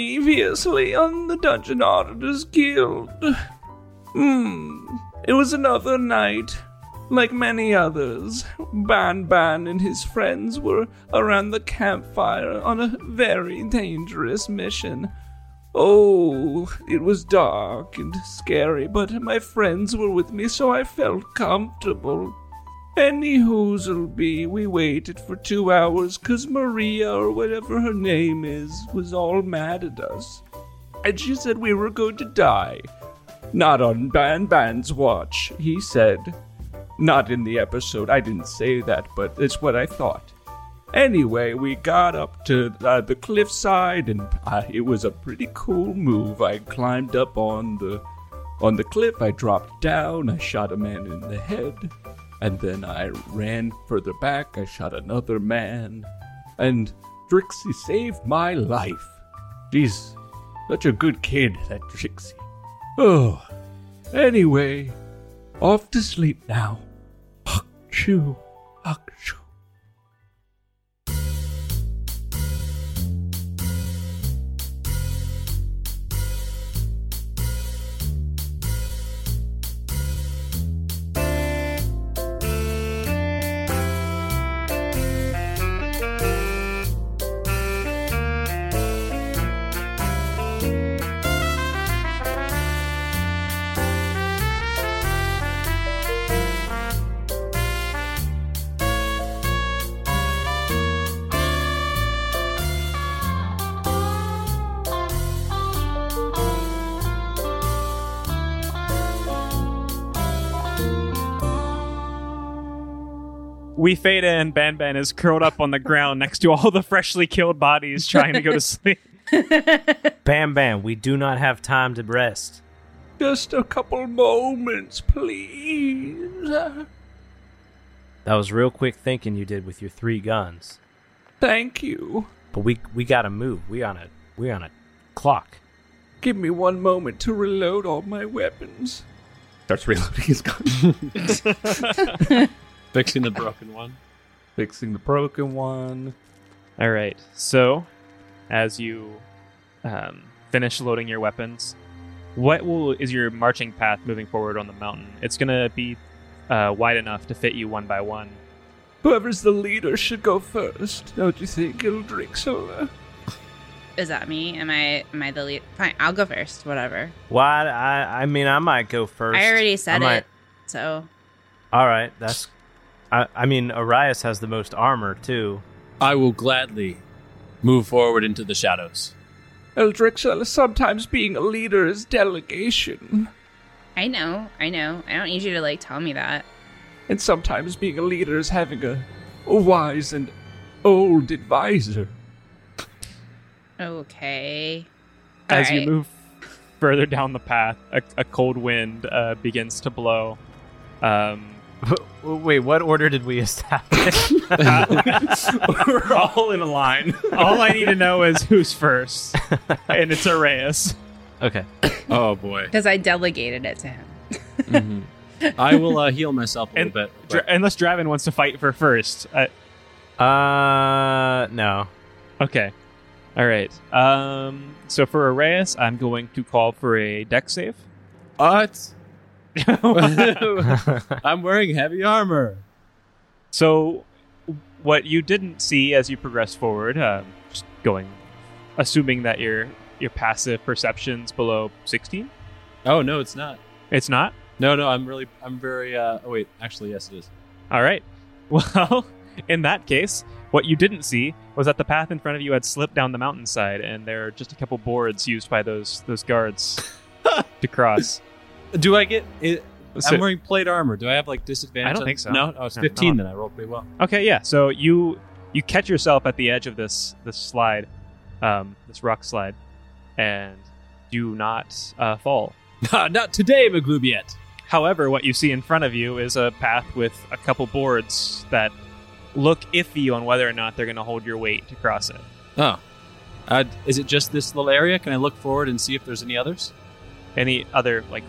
Previously on the Dungeon Auditors Guild. Hmm. It was another night, like many others. Ban Ban and his friends were around the campfire on a very dangerous mission. Oh, it was dark and scary, but my friends were with me, so I felt comfortable. Any hoozleby, we waited for two hours 'cause Maria, or whatever her name is, was all mad at us. And she said we were going to die. Not on Ban Ban's watch, he said. Not in the episode, I didn't say that, but it's what I thought. Anyway, we got up to uh, the cliffside, and uh, it was a pretty cool move. I climbed up on the on the cliff. I dropped down. I shot a man in the head, and then I ran further back. I shot another man, and Drixie saved my life. She's such a good kid, that Drixie. Oh, anyway, off to sleep now. Huck shoo, huck shoo. We Feta and Ban Ban is curled up on the ground next to all the freshly killed bodies trying to go to sleep. Bam Bam, we do not have time to rest. Just a couple moments, please. That was real quick thinking you did with your three guns. Thank you. But we we gotta move. We on a we on a clock. Give me one moment to reload all my weapons. Starts reloading his gun. Fixing the broken one. Fixing the broken one. All right. So, as you um, finish loading your weapons, what will is your marching path moving forward on the mountain? It's gonna be uh, wide enough to fit you one by one. Whoever's the leader should go first, don't you think, Ildrixola? Is that me? Am I am I the lead? Fine, I'll go first. Whatever. Why? I I mean, I might go first. I already said I might- it. So All right, that's. I I mean, Arias has the most armor too. I will gladly move forward into the shadows. Eldrixola, sometimes being a leader is delegation, I know, I know. I don't need you to like tell me that. and sometimes being a leader is having a, a wise and old advisor. Okay. As you Alright. move further down the path, a, a cold wind uh, begins to blow. Um, Wait, what order did we establish? we're all in a line. All I need to know is who's first, and it's Arrayus. okay. Oh boy. Because I delegated it to him. Mhm. I will uh, heal myself a And little bit. Dra- unless Draven wants to fight for first. Uh, Uh, no. okay. All right. Um, so for Arrayus, I'm going to call for a deck save. What? I'm wearing heavy armor. so what you didn't see as you progress forward, um, just going, assuming that your your passive perception's below 16. Oh no, it's not. It's not. No, no, I'm really, I'm very. Uh, oh wait, actually, yes, it is. All right. Well, in that case, what you didn't see was that the path in front of you had slipped down the mountainside, and there are just a couple boards used by those those guards to cross. Do I get? It, So- I'm wearing plate armor. Do I have like disadvantage? I don't on- think so. No, oh, it's No, 15. not. Then I rolled pretty well. Okay, yeah. So you you catch yourself at the edge of this this slide, um, this rock slide, and do not uh, fall. not today, Maglubiet. However, what you see in front of you is a path with a couple boards that look iffy on whether or not they're going to hold your weight to cross it. Oh, uh, is it just this little area? Can I look forward and see if there's any others? Any other like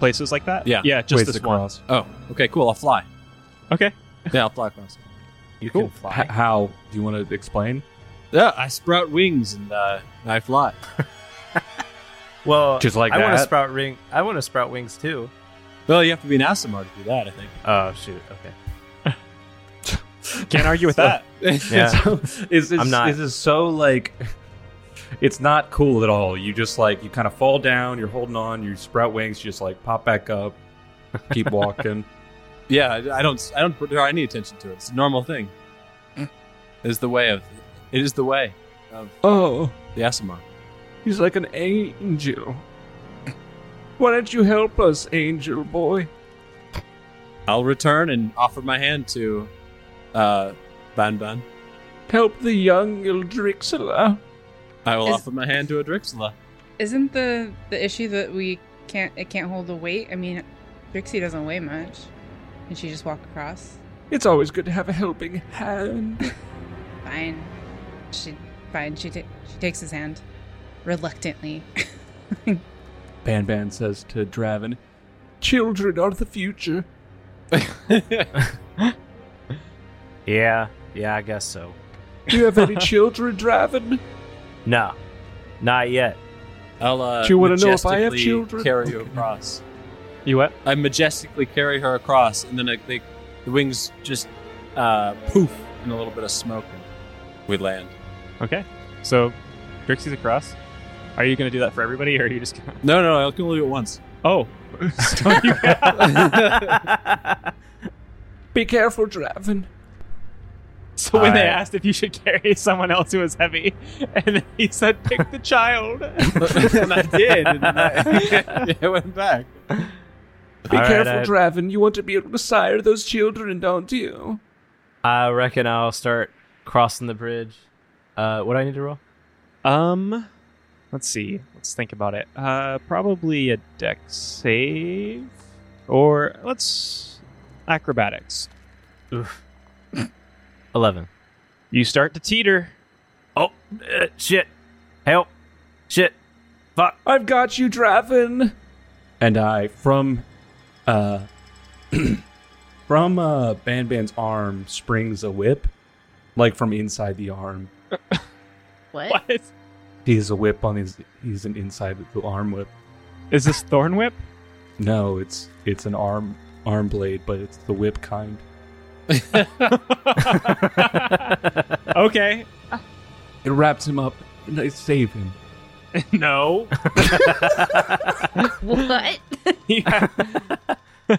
places like that? Yeah. yeah, just Ways this to one. cross. Oh, okay, cool. I'll fly. Okay. Yeah, I'll fly across. You can H- fly. how? Do you want to explain? Yeah, I sprout wings and uh, I fly. Well, Just like Uh, I want to that? sprout ring. I want to sprout wings too. Well, you have to be an Asimar to do that, I think. Oh shoot. Okay. Can't argue with that. Yeah. So, is this, I'm not- Is this so like? It's not cool at all. You just like you kind of fall down. You're holding on. You sprout wings. You just like pop back up. Keep walking. yeah, I I don't. I don't draw any attention to it. It's a normal thing. Is the way of. It is the way of Oh, the Asimar. he's like an angel. Why don't you help us, angel boy? I'll return and offer my hand to uh, Ban Ban. Help the young Ildrixela. I will Is- offer my hand to Adrixla. Isn't the the issue that we can't it can't hold the weight? I mean, Trixie doesn't weigh much. Can she just walk across? It's always good to have a helping hand. Fine. She fine. She ta- she takes his hand reluctantly. Ban Ban says to Draven, Children are the future. Yeah. Yeah. I guess so. Do you have any children, Draven? No, not yet. I'll. Uh, Do you wanna know if I have majestically children? Carry you across. You what? I majestically carry her across, and then I, they, the wings just uh, poof in a little bit of smoke, and we land. Okay. So, Drixie's across. Are you going to do that for everybody, or are you just going to. No, no, I can only do it once. Oh. So you- Be careful, Draven. so when they Alright. asked if you should carry someone else who was heavy, and then he said, pick the child. and I did. And then I, I went back. Be All right, careful, I- Draven. You want to be able to sire those children, don't you? I reckon I'll start crossing the bridge. Uh, what do I need to roll? um, let's see. Let's think about it. Uh, probably a deck save, or let's acrobatics. Eleven. You start to teeter. Oh uh, shit! Help! Shit! Fuck! I've got you, Draven. And I from, uh, from uh, Ban Ban's arm springs a whip, like from inside the arm. What? What? He has a whip on his. He's an inside the arm whip. Is this Thorn Whip? No, it's it's an arm arm blade, but it's the whip kind. okay. It wraps him up and I save him. No. What? Yeah.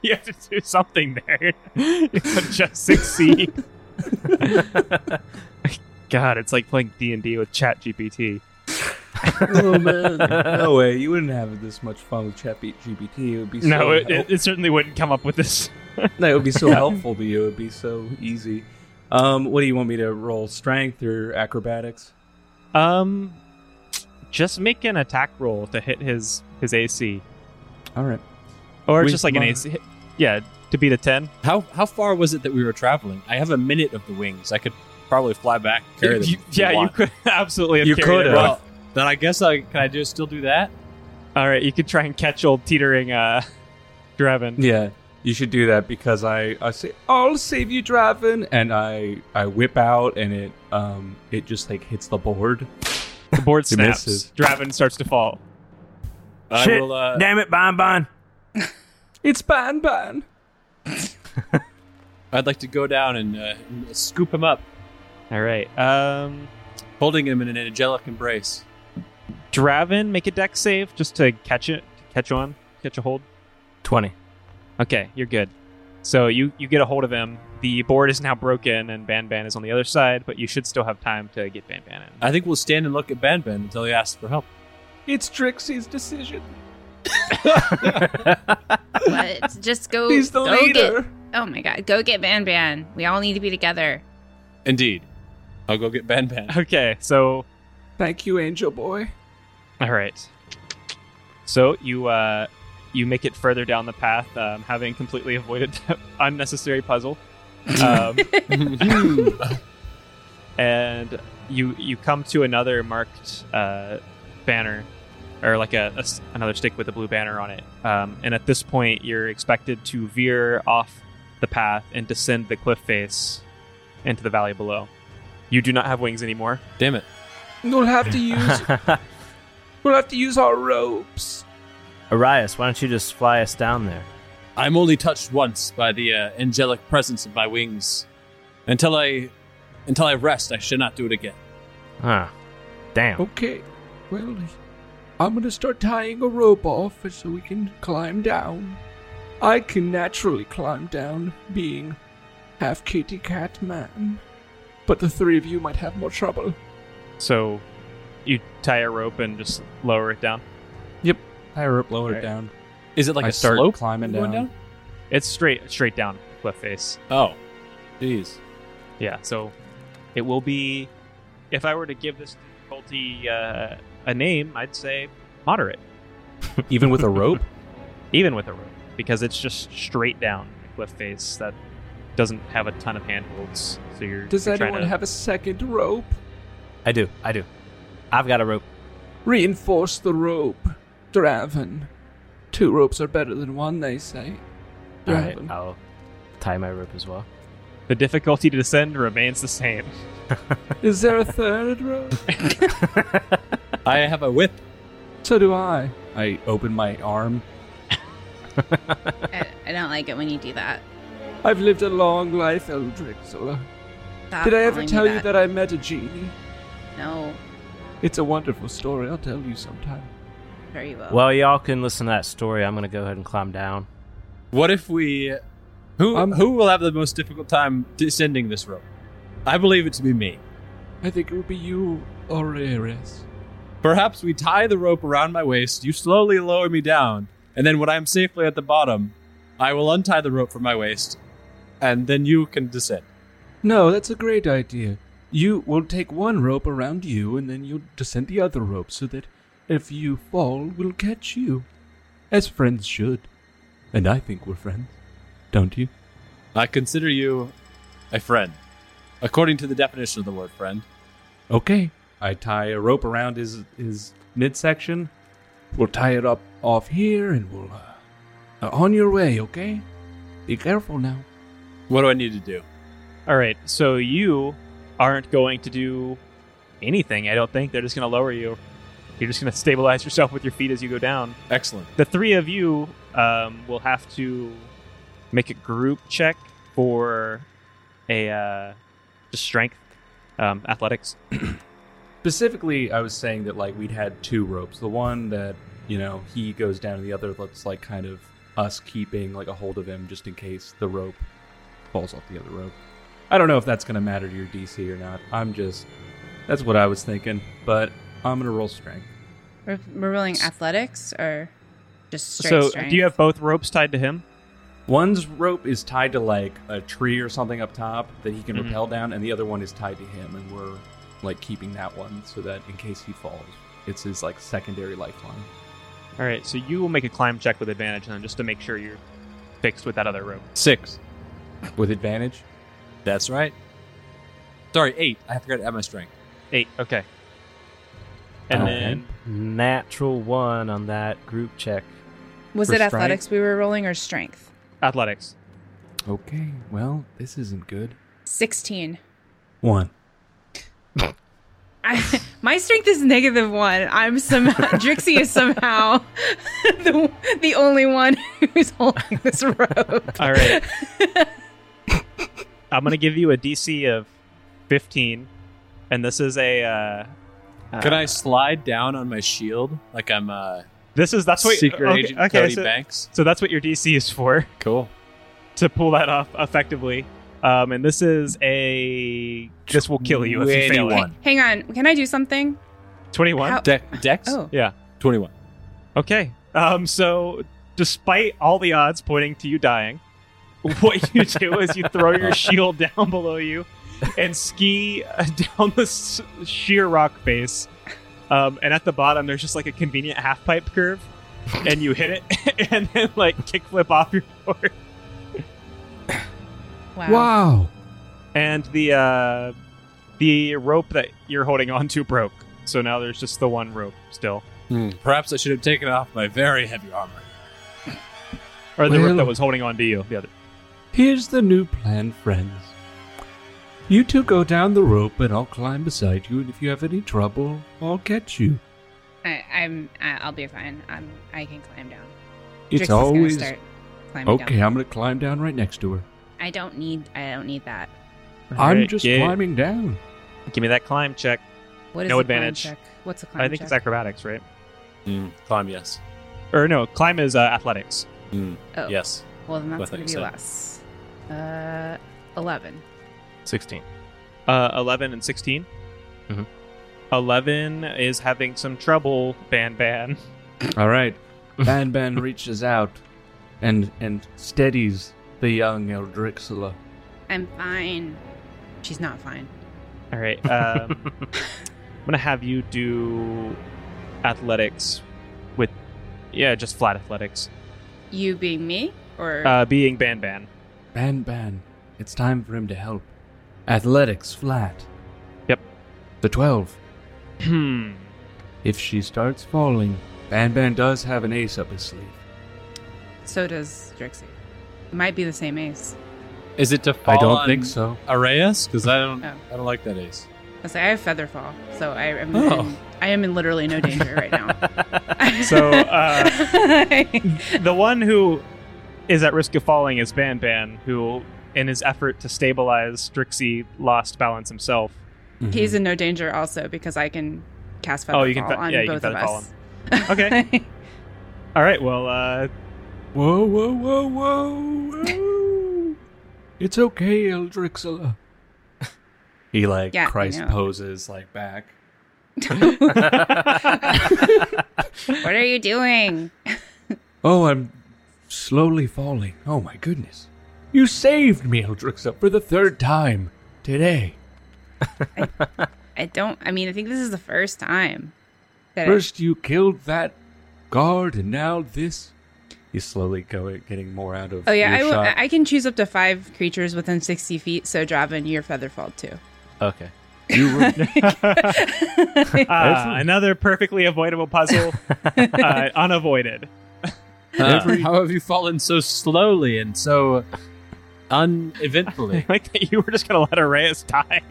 you have to do something there. You could just succeed. God, it's like playing D and D with ChatGPT. Oh man! no way. You wouldn't have this much fun with ChatGPT. It would be so No, it, help- it, it certainly wouldn't come up with this. No, it would be so helpful to you. It would be so easy. Um, what do you want me to roll? Strength or acrobatics? Um, just make an attack roll to hit his his AC, All right. or With just like an my- AC. Yeah, to beat a ten. How how far was it that we were traveling? I have a minute of the wings. I could probably fly back, and carry them. You- if I yeah, you want. could absolutely. Have You carried could it. have. Well, then I guess I can. I just still do that. All right, you could try and catch old teetering uh, Draven. Yeah, you should do that because I I say I'll save you, Draven, and I I whip out and it um it just like hits the board. The board He snaps. misses. Draven starts to fall. I Shit. will. Uh, Damn it, Bon Bon! It's Ban Ban. I'd like to go down and, uh, and scoop him up, All right. Um, holding him in an angelic embrace. Draven, make a deck save just to catch it, catch on, catch a hold. Twenty. Okay, you're good. So you you get a hold of him. The board is now broken, and Ban Ban is on the other side, but you should still have time to get Ban Ban in. I think we'll stand and look at Ban Ban until he asks for help. It's Trixie's decision. What? Just go. He's the go leader. Get, oh my god! Go get Ban Ban. We all need to be together. Indeed, I'll go get Ban Ban. Okay, so Thank you, Angel Boy. all right. So you uh, you make it further down the path, um, having completely avoided the unnecessary puzzle. Um, and you you come to another marked uh, banner or like a, a s- another stick with a blue banner on it um, and at this point you're expected to veer off the path and descend the cliff face and to the valley below. You do not have wings anymore. Damn it. We'll have to use we'll have to use our ropes. Arias, why don't you just fly us down there? I'm only touched once by the uh, angelic presence of my wings. Until I, until I rest, I should not do it again. Huh. Damn. Okay. Well, I'm gonna start tying a rope off so we can climb down. I can naturally climb down, being half kitty cat man. But the three of you might have more trouble. So you tie a rope and just lower it down. Higher up, lower Right. it down. Is it like I a start slope? climbing going down. It's straight straight down cliff face. Oh, jeez. Yeah, so it will be. If I were to give this difficulty uh, a name, I'd say moderate, Even with a rope? even with a rope, because it's just straight down a cliff face that doesn't have a ton of handholds. So you're. Does you're trying anyone to- have a second rope? I do. I do. I've got a rope. Reinforce the rope, Draven. Two ropes are better than one, they say. All right, Draven. I'll tie my rope as well. The difficulty to descend remains the same. Is there a third rope? I have a whip. So do I. I open my arm. I, I don't like it when you do that. I've lived a long life, Eldrixola. Stop Did I ever calling me tell you that I met a genie? No, It's a wonderful story. I'll tell you sometime. very well. Well, y'all can listen to that story. I'm gonna go ahead and climb down. What if we? Who Um, who will have the most difficult time descending this rope? I believe it to be me. I think it would be you, Aurelius. Perhaps we tie the rope around my waist. You slowly lower me down, and then when I'm safely at the bottom, I will untie the rope from my waist, and then you can descend. No, that's a great idea. You will take one rope around you, and then you'll descend the other rope so that if you fall, we'll catch you. As friends should. And I think we're friends. Don't you? I consider you a friend, according to the definition of the word friend. Okay. I Tie a rope around his his midsection. We'll tie it up off here, and we'll. Uh, uh, on your way, okay? Be careful now. What do I need to do? All right, so you aren't going to do anything. I don't think they're just going to lower you. You're just going to stabilize yourself with your feet as you go down. Excellent. the three of you um, will have to make a group check for a uh, just strength um, athletics Specifically, I was saying that like we'd had two ropes. The one that, you know, he goes down and the other looks like kind of us keeping like a hold of him just in case the rope falls off the other rope. I don't know if that's gonna matter to your DC or not. I'm just that's what I was thinking. But I'm gonna roll strength. we're, we're rolling athletics or just straight so strength? do you have both ropes tied to him One's rope is tied to like a tree or something up top that he can Mhm. rappel down, and the other one is tied to him, and we're like keeping that one so that in case he falls, it's his like secondary lifeline. all right so you will make a climb check with advantage then just to make sure you're fixed with that other rope Six. With advantage, That's right. Sorry, eight. I forgot to add my strength. eight okay and Okay. then Natural one on that group check. Was for it strength? athletics we were rolling or strength? athletics okay. Well, this isn't good. 16. One. I, my strength is negative one. I'm somehow, Drixie is somehow the, the only one who's holding this rope. all right i'm gonna give you a dc of 15 and this is a uh, Can uh, I slide down on my shield like I'm uh, this is that's what secret okay, agent okay, Cody so- Banks? So that's what your DC is for. Cool. To pull that off effectively. Um, and this is a. This will kill you if you fail it. Hey, hang on. Can I do something? 21? How- De- Dex. Oh, Yeah. Twenty-one. Okay. Um, so, despite all the odds pointing to you dying, what you do is you throw your shield down below you and ski uh, down the s- sheer rock face. Um, and at the bottom, there's just like a convenient half pipe curve, and you hit it and then like kickflip off your board. wow. Wow. and the uh, the rope that you're holding on to broke. So now there's just the one rope still, Perhaps I should have taken off my very heavy armor. or the rope Well- that was holding on to you. The other. Here's the new plan, friends. You two go down the rope and I'll climb beside you, and if you have any trouble, I'll catch you. I, I'm. I- I'll be fine. I'm. I can climb down. Drix It's is gonna always. start climbing Okay, down. I'm going to climb down right next to her. I don't need. I don't need that. I'm Alright, just gi- climbing down. Give me that climb check. What is No the advantage. Climb check? What's a climb I think check? it's acrobatics, right? Hmm. Climb, yes. Or no, climb is uh, athletics. Hmm. Oh, Yes. Well, then that's thought gonna you be said. less. Uh, eleven. 16. Uh, 11 and 16. Mm-hmm. Mhm. 11 is having some trouble, Ban Ban. All right. Ban Ban reaches out and and steadies the young Eldrixila. I'm fine. She's not fine. All right. Um, I'm going to have you do athletics with, yeah, just flat athletics. You being me, or Uh, being Ban Ban. Ban Ban, it's time for him to help. Athletics flat. Yep. The 12. Hmm. If she starts falling, Ban Ban does have an ace up his sleeve. so does Drixie. Might be the same ace. Is it to I don't think so. Arrayas? Because I don't. Oh. I don't like that ace. I say I have feather fall, so I am. Oh. in- I am in literally no danger right now. So, uh, The one who is at risk of falling is Ban Ban, who, in his effort to stabilize Drixie, lost balance himself. Mm-hmm. he's in no danger also because I can cast feather Mm-hmm. Oh, you can fall fe- on yeah, you can both of feather fall us. Okay. All right. Well, uh, Whoa, whoa, whoa, whoa, whoa. it's okay, Eldrixila. He like Yeah, I Christ know. poses like back. what are you doing? Oh, I'm slowly falling. Oh my goodness. You saved me, Eldrixa, for the third time today. I don't. I mean, I think this is the first time. That I- First you killed that guard, and now this. He's slowly going, getting more out of. oh yeah, I, will, earshot. I can choose up to five creatures within sixty feet. So Draven, you're featherfalled too. Okay. You were uh, another perfectly avoidable puzzle, uh, unavoided. how have you fallen so slowly and so uneventfully? Like that, you were just gonna let Arrayus die.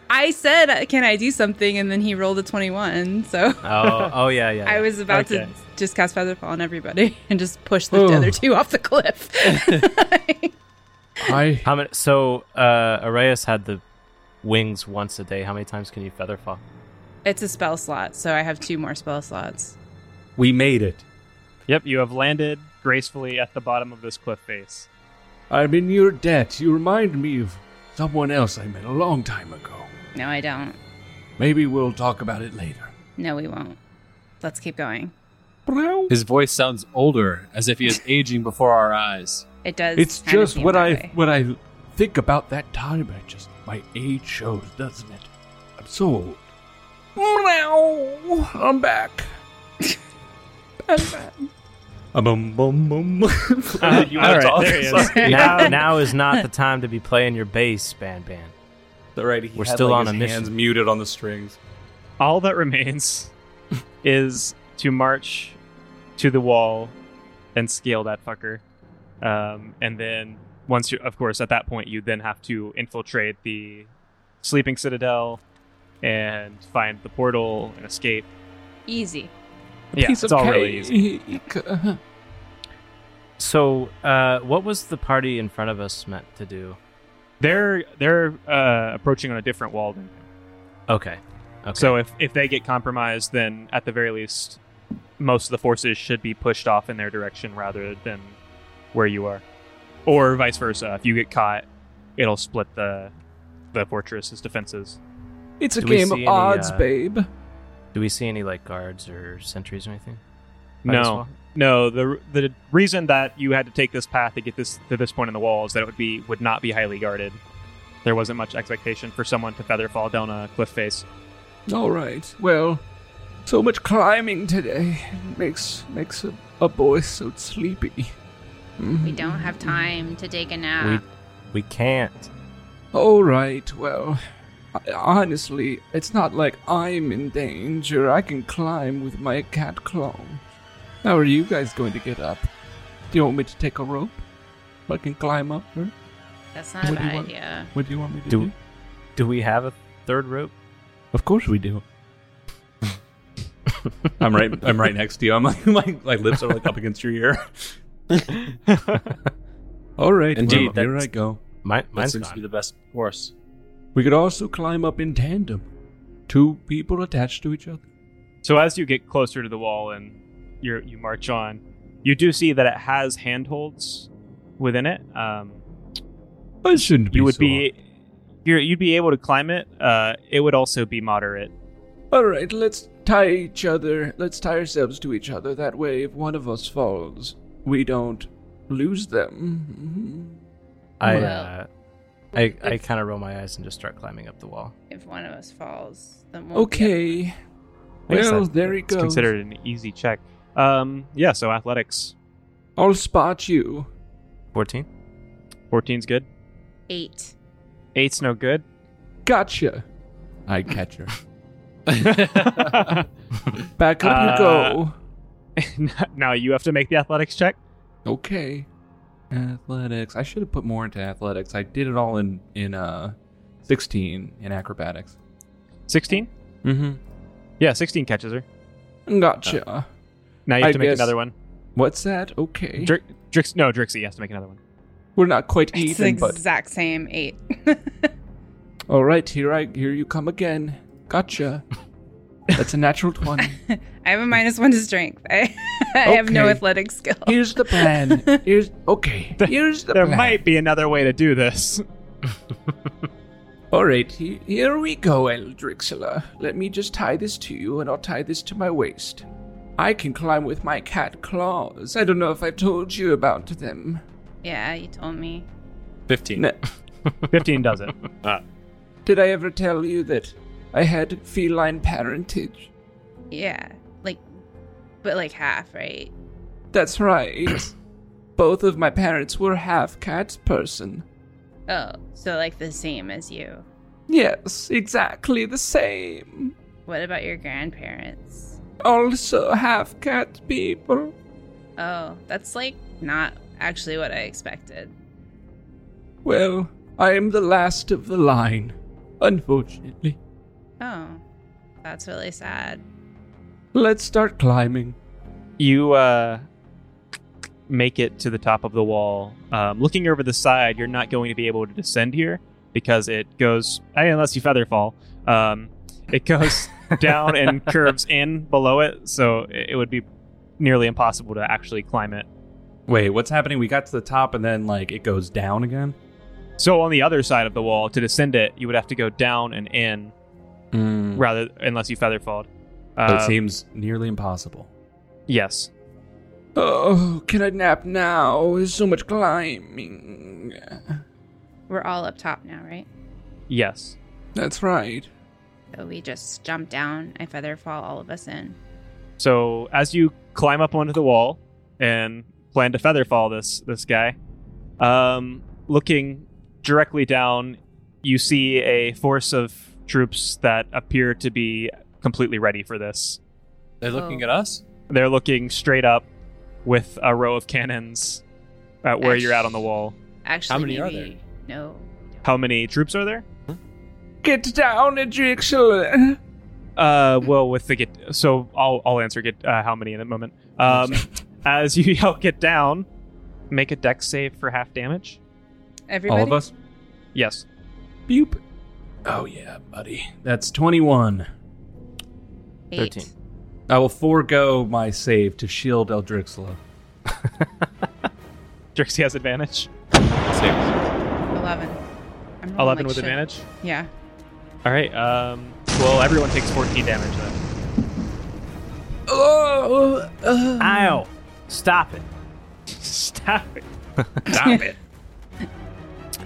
I said, uh, "Can I do something?" And then he rolled a twenty-one. So Oh, oh yeah, yeah. I was about to Okay. just cast featherfall on everybody and just push the other two off the cliff. I How many? So uh, Arrayus had the wings once a day. How many times can you feather fall? it's a spell slot, so I have two more spell slots. we made it. Yep, you have landed gracefully at the bottom of this cliff face. I'm in your debt. You remind me of someone else I met a long time ago. No, I don't. Maybe we'll talk about it later. No, we won't. Let's keep going. His voice sounds older, as if he is aging before our eyes. It does. It's kind of just seem what that I way. what I think about that time. I just my age shows, doesn't it? I'm so old. Meow. I'm back. I'm bum bum bum. you Uh, all right, there he is. now, now is not the time to be playing your bass, Ban Ban. All right, he We're had, still on like, his a mission. Hands muted on the strings. All that remains is to march to the wall and scale that fucker. Um, and then once you, of course, at that point, you then have to infiltrate the sleeping citadel and find the portal and escape. Easy. yeah, it's all really easy. So, uh, what was the party in front of us meant to do? They're they're uh, approaching on a different wall than you. Okay. Okay. So if if they get compromised, then at the very least, most of the forces should be pushed off in their direction rather than where you are, or vice versa. If you get caught, it'll split the the fortress's defenses. It's Do we see any, uh, babe. do we see any like guards or sentries or anything? by this No, wall? no. The the reason that you had to take this path to get this to this point in the wall is that it would be would not be highly guarded. There wasn't much expectation for someone to feather fall down a cliff face. All right. Well, so much climbing today makes makes a, a boy so sleepy. We don't have time to take We a nap. we can't. All right, well, I- honestly, it's not like I'm in danger. I can climb with my cat claw. How are you guys going to get up? Do you want me to take a rope? I can climb up. Huh? That's not a What do you bad want? idea. What do you want me to Do- do? Do we have a third rope? Of course we do. I'm right. I'm right next to you. I'm like my, my lips are like up against your ear. All right. Indeed, Well, here that's- I go. Mine, That mine's seems to gone. be the best course. We could also climb up in tandem, two people attached to each other. So as you get closer to the wall and you you march on, you do see that it has handholds within it. Um, I shouldn't be. you would so be you're, you'd be able to climb it. Uh, it would also be moderate. All right, let's tie each other. Let's tie ourselves to each other. That way, if one of us falls, we don't lose them. I, uh, Well, I, I kind of roll my eyes and just start climbing up the wall. If one of us falls, then one. Okay. Mm-hmm. I guess Well, that- there he it's goes. Considered an easy check. Um, yeah. So athletics, I'll spot you. 14? 14's good. Eight. Eight's no good. Gotcha. I catch her. Back up Uh, you go. now you have to make the athletics check. Okay. athletics. I should have put more into athletics. I did it all in in uh, sixteen in acrobatics. Sixteen. Mm-hmm. Yeah, sixteen catches her. Gotcha. Uh, Now you have I to make guess- another one. What's that? Okay. Dri- Drix, no, Drixie has to make another one. We're not quite It's even, the but exact same eight. all right. Here I here you come again. Gotcha. That's a natural twenty. I have a minus one to strength. I, I have no Okay. athletic skill. Here's the plan. Here's okay. Here's the there plan. might be another way to do this. All right, he- here we go, Eldrixila. Let me just tie this to you, and I'll tie this to my waist. I can climb with my cat claws. I don't know if I told you about them. Yeah, you told me. 15. N- Fifteen does it. Ah. Did I ever tell you that I had feline parentage? Yeah, like, but like half, right? That's right. Both of my parents were half cat person. Oh, so like the same as you. Yes, exactly the same. What about your grandparents? Also half cat people. Oh, that's like not actually what I expected. Well, I am the last of the line, unfortunately. Oh, that's really sad. Let's start climbing. You uh, make it to the top of the wall. Um, looking over the side, you're not going to be able to descend here because it goes, I mean, unless you feather fall, um, it goes down and curves in below it. So it it would be nearly impossible to actually climb it. Wait, what's happening? We got to the top and then like it goes down again. So on the other side of the wall, to descend it, you would have to go down and in Hmm. rather, unless you feather falled. So it Um, seems nearly impossible. yes. Oh, can I nap now? There's so much climbing. We're all up top now, right? Yes. That's right. So we just jump down. I feather fall all of us in. So as you climb up onto the wall and plan to feather fall this this guy, um, looking directly down, you see a force of troops that appear to be completely ready for this. They're looking Oh. at us? They're looking straight up with a row of cannons at where you're at on the wall. Actually, many are maybe- No. How many troops are there? Get down, Adrixel. Uh, well, with the get, so I'll I'll answer get uh, how many in a moment. Um, as you yell get down, make a deck save for half damage. Everybody. All of us. Yes. Boop. Oh yeah, buddy. That's twenty-one. Eight. 13. I will forego my save to shield Eldrixla. Drixie has advantage. Eleven. I'm Eleven rolling like with shit. advantage. Yeah. All right. Um. Well, everyone takes fourteen damage then. Oh, uh, Ow! Stop it. Stop it. Stop it.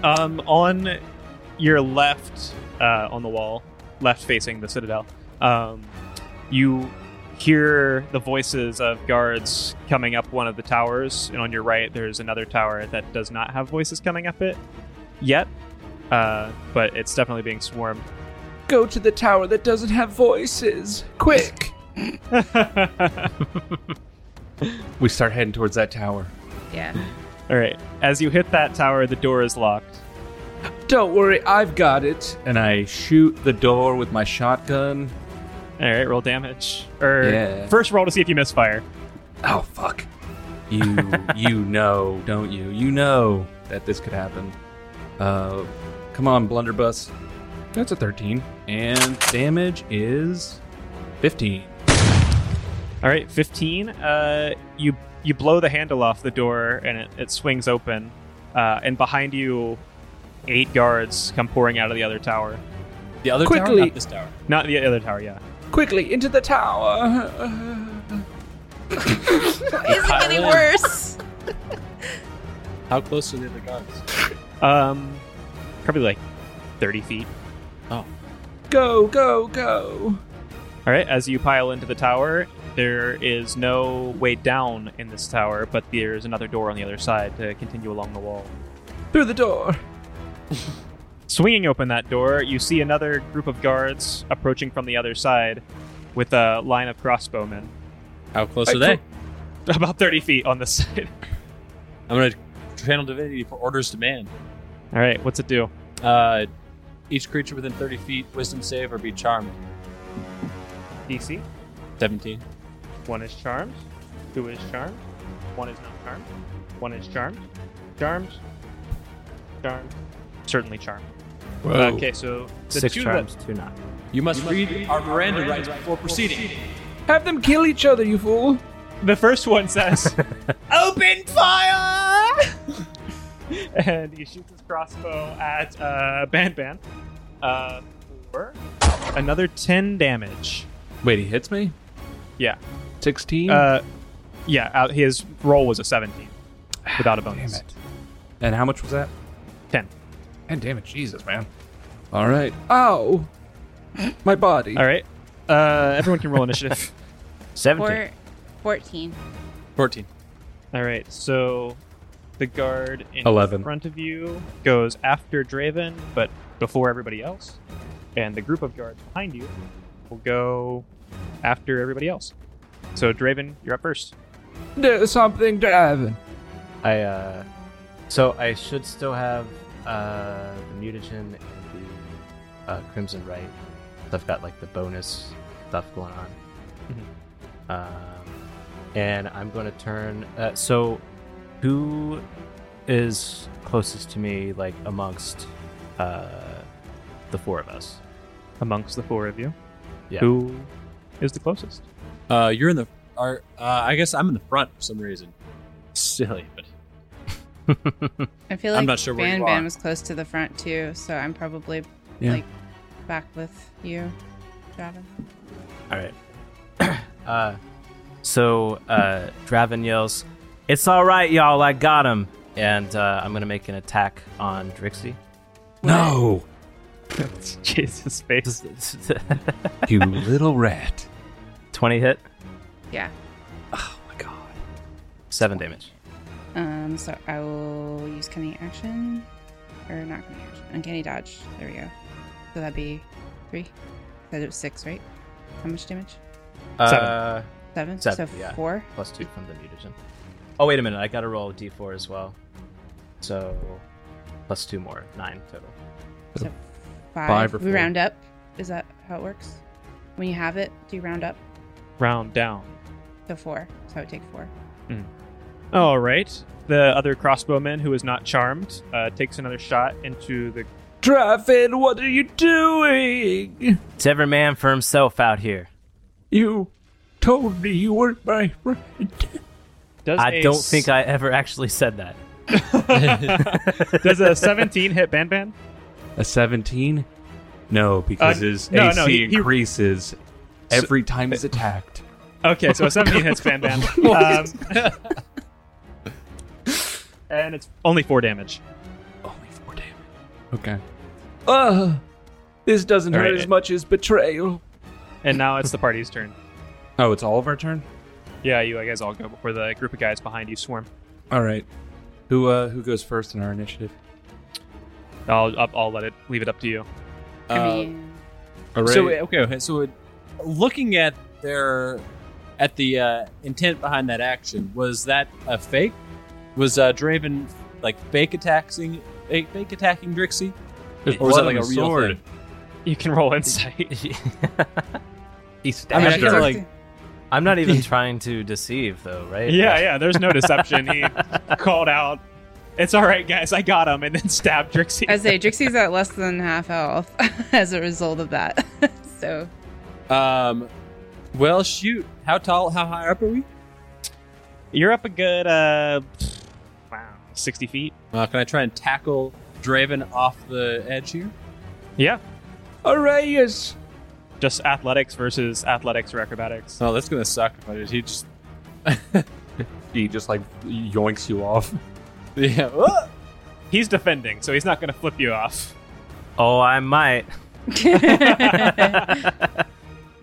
Um. On your left, uh, on the wall, left facing the citadel, um, you hear the voices of guards coming up one of the towers, and on your right, there's another tower that does not have voices coming up it yet. Uh, but it's definitely being swarmed. go to the tower that doesn't have voices. Quick. We start heading towards that tower. Yeah. All right. As you hit that tower, the door is locked. Don't worry, I've got it. And I shoot the door with my shotgun. All right, roll damage. Or Yeah. first roll to see if you misfire. Oh fuck. You you know, don't you? You know that this could happen. Uh come on, blunderbuss. That's a 13. And damage is 15. All right, 15. Uh, you you blow the handle off the door and it, it swings open. Uh, and behind you, eight guards come pouring out of the other tower. The other Quickly. tower, not this tower. Not the other tower, yeah. Quickly, into the tower. Is it getting worse? How close are the other guards? Um, probably like 30 feet. Go, go, go. All right, as you pile into the tower, there is no way down in this tower, but there's another door on the other side to continue along the wall. Through the door. Swinging open that door, you see another group of guards approaching from the other side with a line of crossbowmen. How close I are they? told- About 30 feet on this side. I'm gonna channel divinity for orders to man. All right, what's it do? Uh, each creature within 30 feet, wisdom save or be charmed. DC. 17. One is charmed. Two is charmed. One is not charmed. One is charmed. Charmed. Charmed. Certainly charmed. Okay, so the Six two charms, that two not. You must, read our Miranda rights before proceeding. Have them kill each other, you fool. the first one says, "Open fire!" and he shoots his crossbow at uh, Ban Ban uh, for another ten damage. Wait, he hits me? Yeah, 16? uh, yeah. Uh, his roll was a seventeen without a bonus. Ah, Damn it. And how much was that? Ten. And damn it, Jesus, man. All right. Ow. My body. All right. Uh, everyone can roll initiative. Seventeen. Four, 14. 14. All right, so the guard in 11. front of you goes after Draven, but before everybody else, and the group of guards behind you will go after everybody else. So Draven, you're up first. Do something, Draven. I uh, so I should still have uh the mutagen and the uh, crimson right. So I've got like the bonus stuff going on. Um, and I'm going to turn. Uh, so who is closest to me, like amongst uh the four of us? Amongst the four of you, Yeah. who is the closest? Uh, you're in the. Are, uh, I guess I'm in the front for some reason. Silly, but I feel I'm like not sure where Ban you Ban are. was close to the front too, so I'm probably Yeah. like back with you, Draven. All right. uh, so uh, Draven yells, "It's all right, y'all. I got him." And uh, I'm gonna make an attack on Drixie. No! Jesus face. You little rat. Twenty hit, Yeah. Oh my god. seven damage. Um. So I will use cunning action, or not cunning action, uncanny dodge. There we go. So that'd be three. That it was six, right? How much damage? Uh, Seven. Seven, so yeah. four. plus two from the mutagen. Oh wait a minute, I gotta roll a d4 as well. So plus two more, nine total. So five. five or We four. round up. Is that how it works? When you have it, do you round up? Round down. So four. So I would take four. All right. The other crossbowman who is not charmed uh, takes another shot into the Draven, what are you doing? It's every man for himself out here. You told me you weren't my friend. does I a don't s- think I ever actually said that. does a 17 hit Ban Ban? A 17? No, because Uh, his no, AC no, he- he- increases every time he's attacked. Okay, so a 17 hits Ban Ban. Um, and it's only four damage. Only four damage. Okay. Ugh. Ah, This doesn't All hurt right. as much as betrayal. And now it's the party's turn. Oh, it's all of our turn? Yeah, you guys all go before the group of guys behind you swarm. All right. Who uh who goes first in our initiative? I'll, I'll, I'll let it leave it up to you. I Uh, mean, All right. So eh, okay, okay. So it, looking at their at the uh, intent behind that action, was that a fake? Was uh, Draven like fake attacking fake, fake attacking Drixie? There's Or was blood that like on a the real sword. thing? You can roll insight. he I mean, I stabbed feel her. like I'm not even trying to deceive, though, right? yeah, yeah. There's no deception. He called out, "It's all right, guys. I got him," and then stabbed Drixie. I say Drixie's at less than half health as a result of that. so Um, well, shoot. How tall? How high up are we? You're up a good uh, wow, sixty feet. Uh, can I try and tackle Draven off the edge here? Yeah, Arrayus! just athletics versus athletics or acrobatics. Oh, that's gonna suck. If I did. He just He just like yoinks you off. yeah. whoa! He's defending, so he's not going to flip you off. Oh, I might.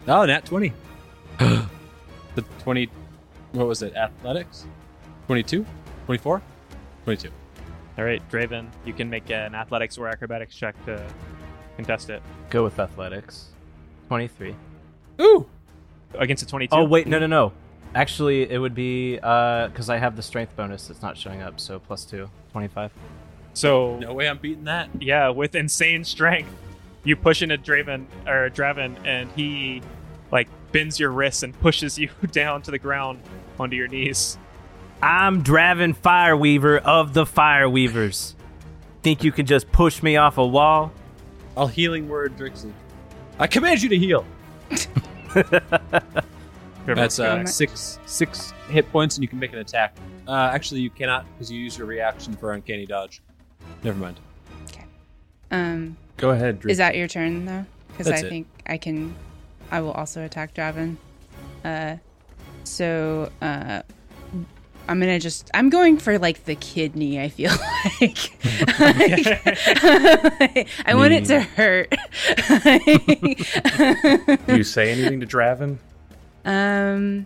Oh, nat twenty. the twenty. What was it? Athletics. 22? 24? 22. All right, Draven, you can make an athletics or acrobatics check to contest it Go with athletics. 23. Ooh. against a twenty-two. Oh, wait, no, no, no. Actually, it would be because I have the strength bonus that's not showing up, so plus two. 25. so No way I'm beating that. yeah, with insane strength, you push into Draven or Draven, and he like bends your wrists and pushes you down to the ground onto your knees. I'm Draven Fireweaver of the Fireweavers. Think you can just push me off a wall? I'll healing word Drixie. I command you to heal. That's How uh, much? six six hit points, and you can make an attack. Uh, actually, you cannot because you use your reaction for uncanny dodge. Never mind. um Go ahead, Drew. is that your turn though? Because I That's it. think I can I will also attack Draven. Uh so uh I'm gonna just I'm going for like the kidney, I feel like. I want it to hurt. Do you say anything to Draven? Um,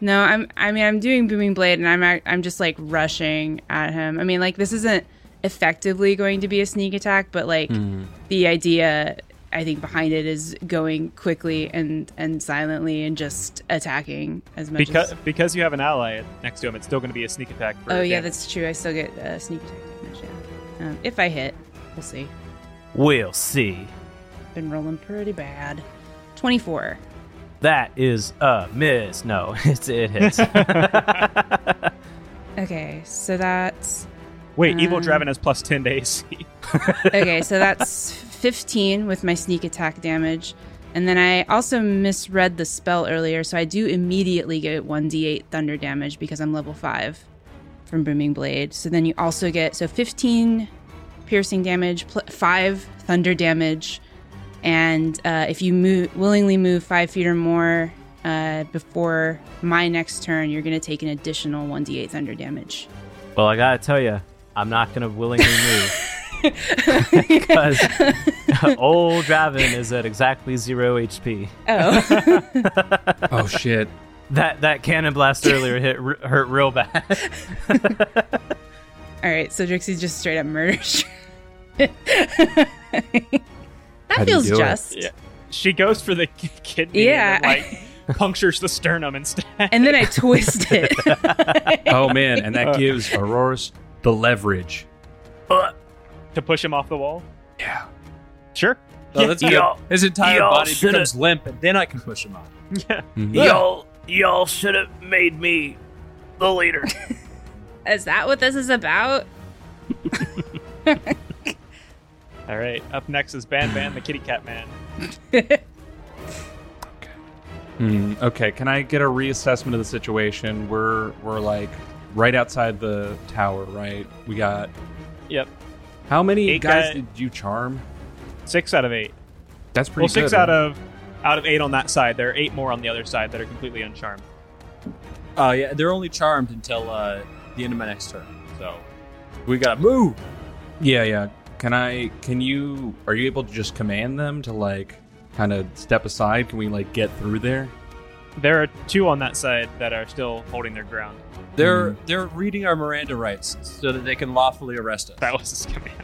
no, I'm. I mean, I'm doing booming blade, and I'm. ac- I'm just like rushing at him. I mean, like this isn't effectively going to be a sneak attack, but like Hmm. the idea, I think behind it is going quickly and and silently and just attacking as much. because as, because you have an ally next to him, it's still going to be a sneak attack. For oh damage. yeah, that's true. I still get uh, sneak attack damage. Yeah. Um, if I hit, we'll see. We'll see. Been rolling pretty bad. Twenty four. That is a miss. No, it's, it hits. Okay, so that's wait. Evil Um, Draven has plus ten to AC. okay, so that's 15 with my sneak attack damage. And then I also misread the spell earlier, so I do immediately get 1d8 thunder damage because I'm level 5 from Booming Blade. So then you also get so 15 piercing damage, pl- 5 thunder damage. And uh, if you move, willingly move 5 feet or more uh, before my next turn, you're going to take an additional 1d8 thunder damage. well, I gotta tell you, I'm not gonna willingly move. Because old Draven is at exactly zero HP. Oh. Oh shit. That that cannon blast earlier hit r- hurt real bad. All right, so Drixie's just straight up murders. that How do you feels do it? just. Yeah. She goes for the ki- kidney. Yeah. And then, like punctures the sternum instead. And then I twist it. Oh man, and that gives Aurora's the leverage. to push him off the wall. Yeah. Sure. Oh, that's good. Y'all- His entire y'all body should've- becomes limp, and then I can push him off. y'all y'all should have made me the leader. is that what this is about? All right. Up next is Ban Ban, the kitty cat man. Hmm, okay, can I get a reassessment of the situation? We're we're like right outside the tower, right? We got Yep. how many Eight guys guy- did you charm? Six out of eight. That's pretty well, six good, out huh? of out of eight on that side. There are eight more on the other side that are completely uncharmed. Oh yeah, they're only charmed until uh, the end of my next turn. So we gotta move. Yeah, yeah. Can I? Can you? Are you able to just command them to like kind of step aside? Can we like get through there? There are two on that side that are still holding their ground. They're Hmm. they're reading our Miranda rights so that they can lawfully arrest us. That was his command.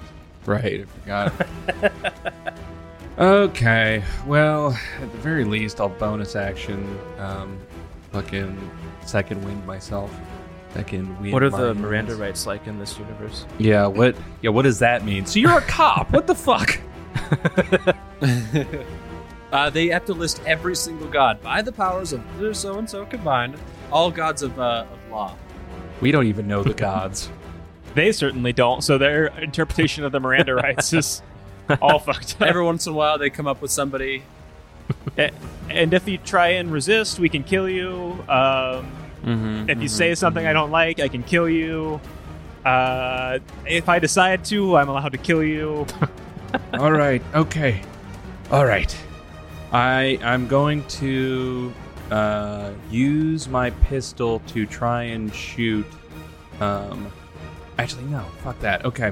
Right. I forgot. okay. Well, at the very least, I'll bonus action. Um, fucking second wind myself. Second, we What are the Miranda rights like in this universe? Yeah, what? Yeah, what does that mean? So you're a cop. what the fuck? Uh, they have to list every single god by the powers of so and so combined, all gods of, uh, of law. We don't even know the gods. They certainly don't. So their interpretation of the Miranda rights is all fucked up. Every once in a while, they come up with somebody. and if you try and resist, we can kill you. Um, Mm-hmm. if you say something I don't like, I can kill you. Uh, if I decide to, I'm allowed to kill you. All right. Okay. All right. I I'm going to uh, use my pistol to try and shoot. Um, actually, no. Fuck that. Okay.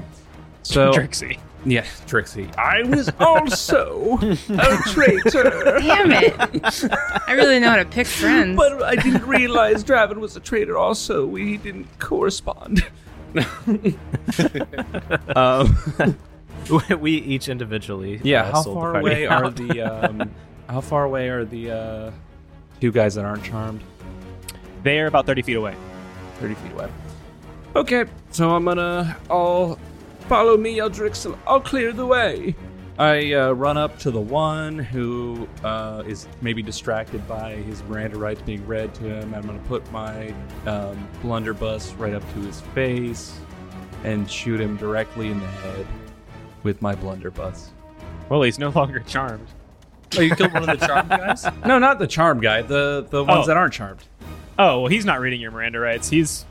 So Trixie. yeah, Trixie. I was also a traitor. Damn it! I really know how to pick friends. But I didn't realize Draven was a traitor, also. We didn't correspond. Um, we each individually. yeah. uh, how sold the far party away out. are the um, How far away are the uh, two guys that aren't charmed? They are about 30 feet away. 30 feet away. Okay, so I'm gonna. I'll follow me, Eldrixel. I'll clear the way. I uh, run up to the one who uh, is maybe distracted by his Miranda rights being read to him. I'm gonna put my um, blunderbuss right up to his face and shoot him directly in the head with my blunderbuss. Well, he's no longer charmed. Oh, you killed one of the charm guys? No, not the charmed guy. The the ones Oh. that aren't charmed. Oh, well, he's not reading your Miranda rights. He's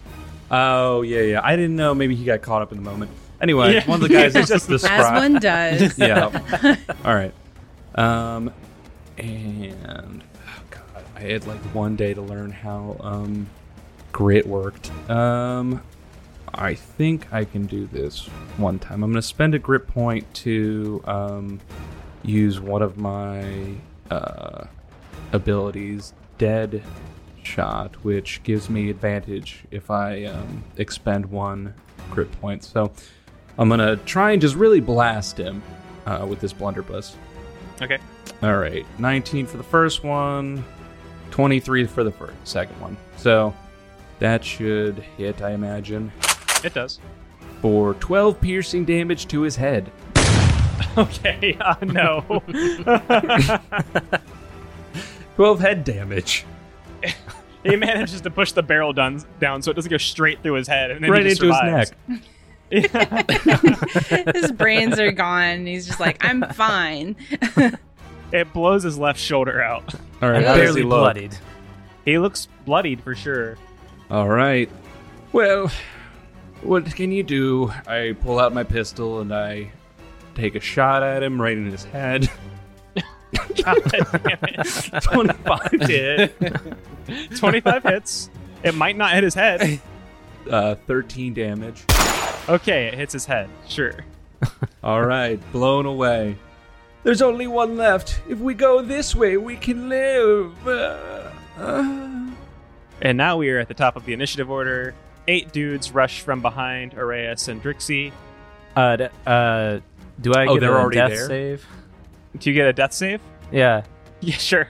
Oh yeah, yeah. I didn't know. Maybe he got caught up in the moment. Anyway, Yeah. one of the guys Yeah, is just- distraught. As one does. yeah. All right. Um, and oh god, I had like one day to learn how um grit worked. Um, I think I can do this one time. I'm gonna spend a grit point to um use one of my uh abilities, dead shot, which gives me advantage if I um, expend one grit point. So I'm gonna try and just really blast him uh, with this blunderbuss. Okay. All right, 19 for the first one, 23 for the first, second one. So that should hit, I imagine, it does. for 12 piercing damage to his head. Okay, uh, no. 12 head damage. he manages to push the barrel down, down so it doesn't go straight through his head and then right he into just survives. his neck. His brains are gone. He's just like, I'm fine. It blows his left shoulder out. All right, How does barely he low. bloodied. He looks bloodied for sure. All right. Well, what can you do? I pull out my pistol and I take a shot at him right in his head. God damn it. 25 to hit. 25 hits. It might not hit his head. Uh, 13 damage. Okay, it hits his head. Sure. All right, blown away. There's only one left. If we go this way, we can live. Uh, uh. And now we are at the top of the initiative order. Eight dudes rush from behind Araeus and Drixie. Uh, d- uh, do I Oh, get they're a already death there? save? Do you get a death save? Yeah. Yeah, sure.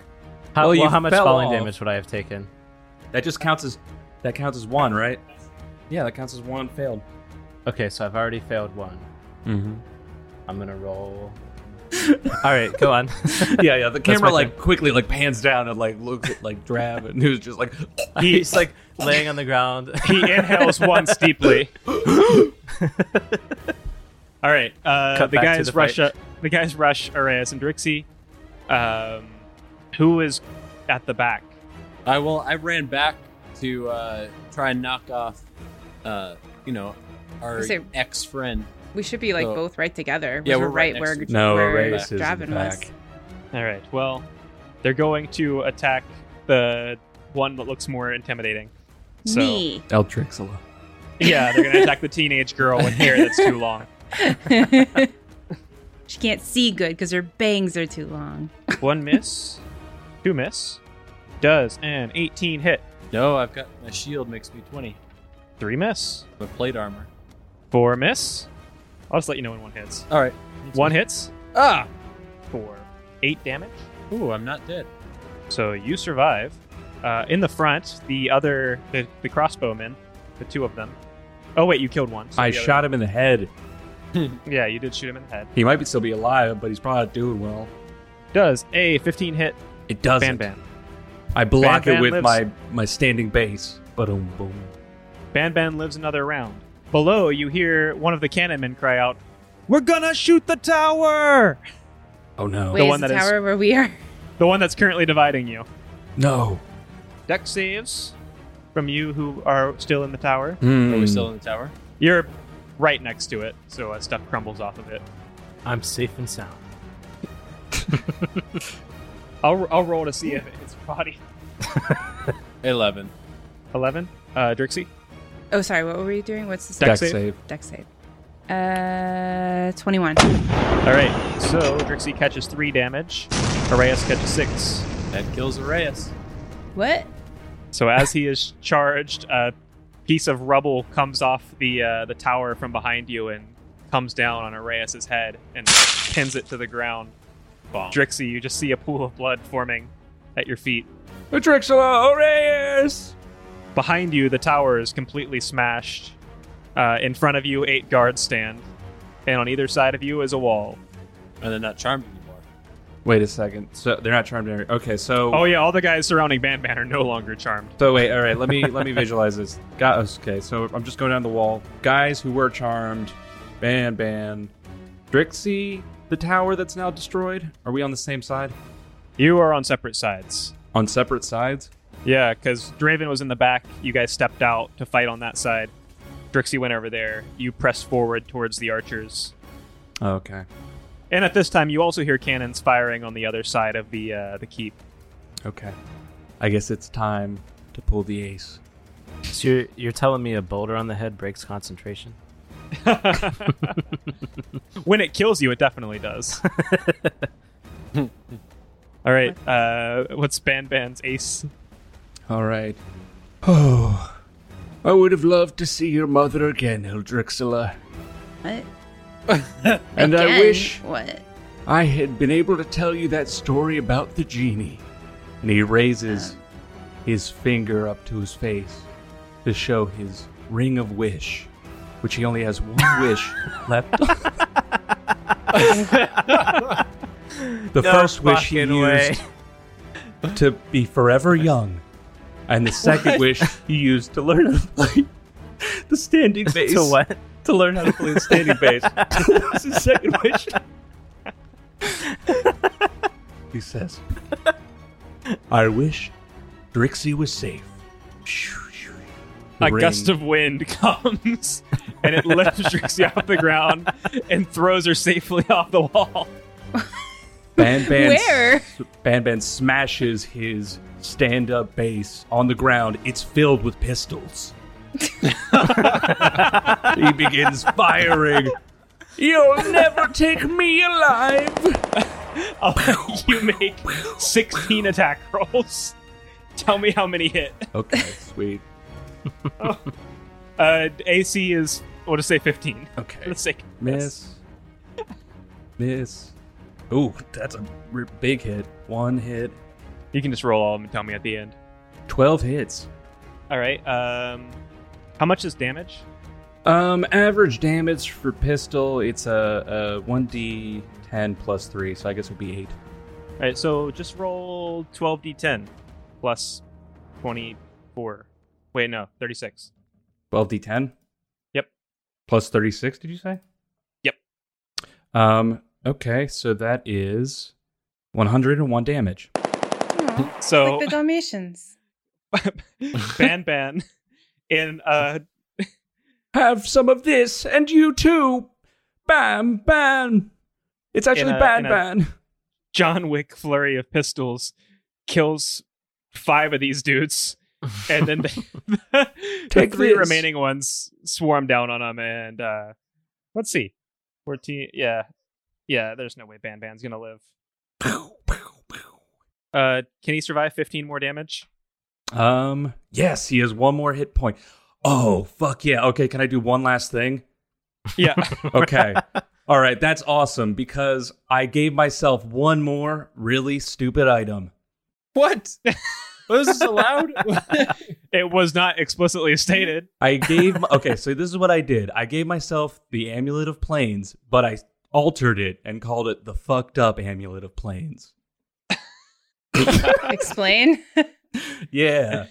How, Well, well, you how much fell falling off. damage would I have taken? That just counts as that counts as one, right? Yeah, that counts as one failed. Okay, so I've already failed one. Mm-hmm. I'm gonna roll. All right, go on. Yeah, yeah. The That's camera my like quickly like pans down and like looks at like Drav and who's just like He's like laying on the ground. He inhales once deeply. All right. Uh, Cut the back to guys the rush. fight. Up, the guys rush Araeus and Drixie. Um, who is at the back? I will. I ran back to uh, try and knock off, uh, you know, our Is it- ex friend. We should be like Oh. both right together. Yeah, we're, we're right right, next where, to each No, where Araeus is in Draven the was. back. All right. Well, they're going to attack the one that looks more intimidating. So, Me. Eltrixala. Yeah, they're going to attack the teenage girl with hair that's too long. she can't see good because her bangs are too long. One miss, two miss, does an 18 hit, No, I've got my shield makes me twenty. three miss, My plate armor. four miss. I'll just let you know when one hits. All right. One hits Ah. for eight damage, Ooh, I'm not dead. so you survive. Uh, in the front, the other, the, the crossbowmen, the two of them. Oh wait, you killed one. so I the other- shot him in the head. Yeah, you did shoot him in the head. He might be still be alive, but he's probably not doing well. Does a 15 hit? It does. Ban ban. I block it Ban Ban with lives. my my standing base. Boom, boom. Ban Ban lives another round. Below, you hear one of the cannonmen cry out, "We're gonna shoot the tower!" Oh no, Wait, one is the that is- tower where we are? The one that's currently dividing you. no. Deck saves from you who are still in the tower. Are we Hmm. still in the tower? You're right next to it, so uh, stuff crumbles off of it. I'm safe and sound. I'll, I'll roll to see if it's body. 11. 11. Uh, Drixie? Oh, sorry. What were we doing? What's the Dex save? save. Deck save. Uh, 21. All right, so Drixie catches three damage. Arias catches six. That kills Arrayus. What? So as he is charged, a piece of rubble comes off the uh, the tower from behind you and comes down on Arias's head and pins it to the ground. Drixie, you just see a pool of blood forming at your feet. Atrixala Aureus! Behind you, the tower is completely smashed. Uh, in front of you, eight guards stand, and on either side of you is a wall. And they're not charmed anymore. Wait a second. So they're not charmed. anymore. Okay, so Oh yeah, all the guys surrounding Ban Ban are no longer charmed. So wait, all right. Let me let me visualize this. Got okay. So I'm just going down the wall. Guys who were charmed, Ban Ban, Drixie, the tower that's now destroyed. Are we on the same side? You are on separate sides. On separate sides? Yeah, because Draven was in the back. You guys stepped out to fight on that side. Drixie went over there. You pressed forward towards the archers. Oh, Okay. And at this time, you also hear cannons firing on the other side of the uh, the keep. Okay. I guess it's time to pull the ace. So you're, you're telling me a boulder on the head breaks concentration? when it kills you, it definitely does. All right. Uh, what's Ban Ban's ace? All right. Oh, I would have loved to see your mother again, Eldrixila. What? And I Again? wish What? I had been able to tell you that story about the genie. And he raises his finger up to his face to show his ring of wish, which he only has one wish left. the first wish he fucking way. used to be forever young, and the second wish he used to learn how to play the standing base. To what? To learn how to play the standing base. That's his second wish. he says, I wish Drixie was safe. A Ring. gust of wind comes and it lifts Drixie off the ground and throws her safely off the wall. Ban Ban, Where? Ban Ban smashes his stand up base on the ground. It's filled with pistols. he begins firing. You'll never take me alive! I'll let you make 16 attack rolls. Tell me how many hit. Okay, sweet. Uh, AC is, we'll just say 15. For Okay. the sake of this. Miss. Miss. Ooh, that's a r- big hit. One hit. You can just roll all of them and tell me at the end. 12 hits. All right. Um, how much is damage? Um, average damage for pistol, it's a, a 1d10 plus 3, so I guess it would be 8. All right, so just roll 12d10 plus 24. Wait, no, 36. 12d10? Yep. Plus 36, did you say? Yep. Um, okay, so that is 101 damage. Aw, So, Oh. Like the Dalmatians. Ban Ban in uh, Have some of this, and you too! Bam, bam! It's actually a- Ban in a- Ban. John Wick flurry of pistols kills five of these dudes, and then the, the Take three this. remaining ones swarm down on him. And uh, let's see, fourteen. Yeah, yeah. There's no way Ban Ban's gonna live. Uh, can he survive fifteen more damage? Um, yes, he has one more hit point. Oh, fuck yeah. Okay, can I do one last thing? Yeah. Okay. All right, that's awesome because I gave myself one more really stupid item. What? Was this allowed? It was not explicitly stated. I gave my, okay, so this is what I did. I gave myself the amulet of planes, but I altered it and called it the fucked up amulet of planes. Explain. Yeah.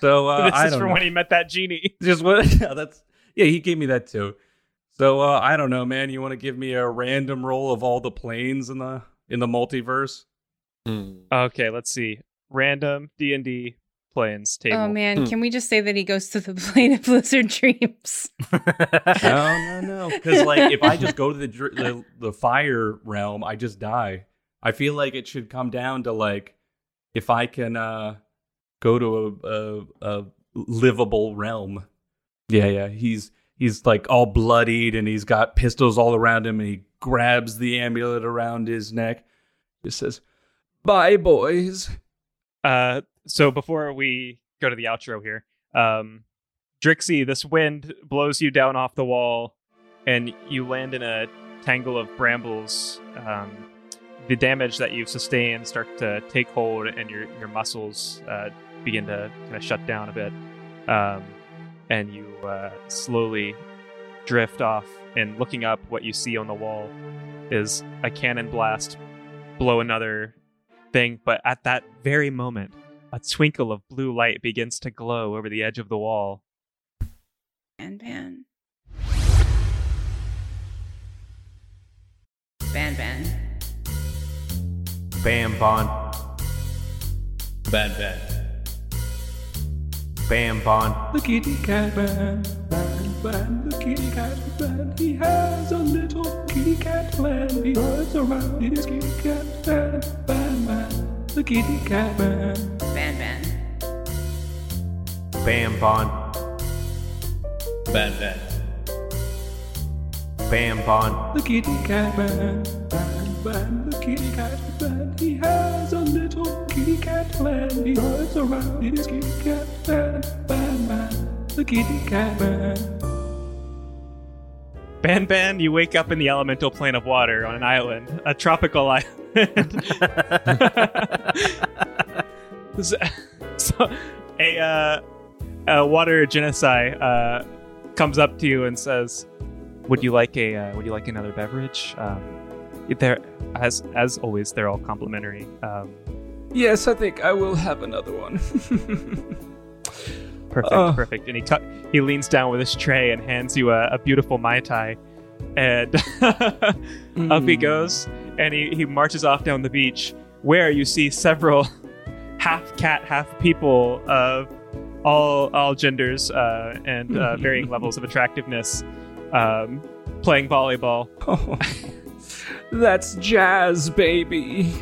So uh, this I is don't from know. when he met that genie. Just what? Yeah, that's yeah. He gave me that too. So uh, I don't know, man. You want to give me a random roll of all the planes in the in the multiverse? Hmm. Okay, let's see. Random D and D planes table. oh Hmm. man, can we just say that he goes to the plane of lizard dreams? no, no, no. Because like, if I just go to the, dr- the the fire realm, I just die. I feel like it should come down to like, if I can uh go to a a, a livable realm. Yeah, yeah. He's he's like all bloodied and he's got pistols all around him and he grabs the amulet around his neck. Just says, "Bye, boys." Uh, so before we go to the outro here, um, Drixie, this wind blows you down off the wall, and you land in a tangle of brambles. Um, the damage that you've sustained start to take hold, and your your muscles uh, begin to kind of shut down a bit, um, and you uh, slowly drift off. And looking up, what you see on the wall is a cannon blast blow another thing, but at that very moment, a twinkle of blue light begins to glow over the edge of the wall. Ban ban. Ban ban. Bam Bond. bad, bad. Bam Bond. The kitty cat man, man, man, the kitty cat man. He has a little kitty cat man. He rides around in his kitty cat van, man, man, the kitty cat man. Ban ban. Bam Bond. Bad, bad. Bam Bond. The kitty cat man, man, man, the kitty cat man. He has a little kitty cat man. He rides around in his kitty cat van, man, man, the kitty cat man. Ban Ban, you wake up in the elemental plane of water on an island, a tropical island. so, so a, uh, a water genocide uh, comes up to you and says, "Would you like a uh, Would you like another beverage?" Um, there, as as always, they're all complimentary. Um, Yes, I think I will have another one. Perfect, Oh. perfect. And he tuck, he leans down with his tray and hands you a, a beautiful mai tai, and up he goes, and he, he marches off down the beach, where you see several half cat, half people of all all genders uh, and uh, varying levels of attractiveness, um, playing volleyball. Oh, that's jazz, baby.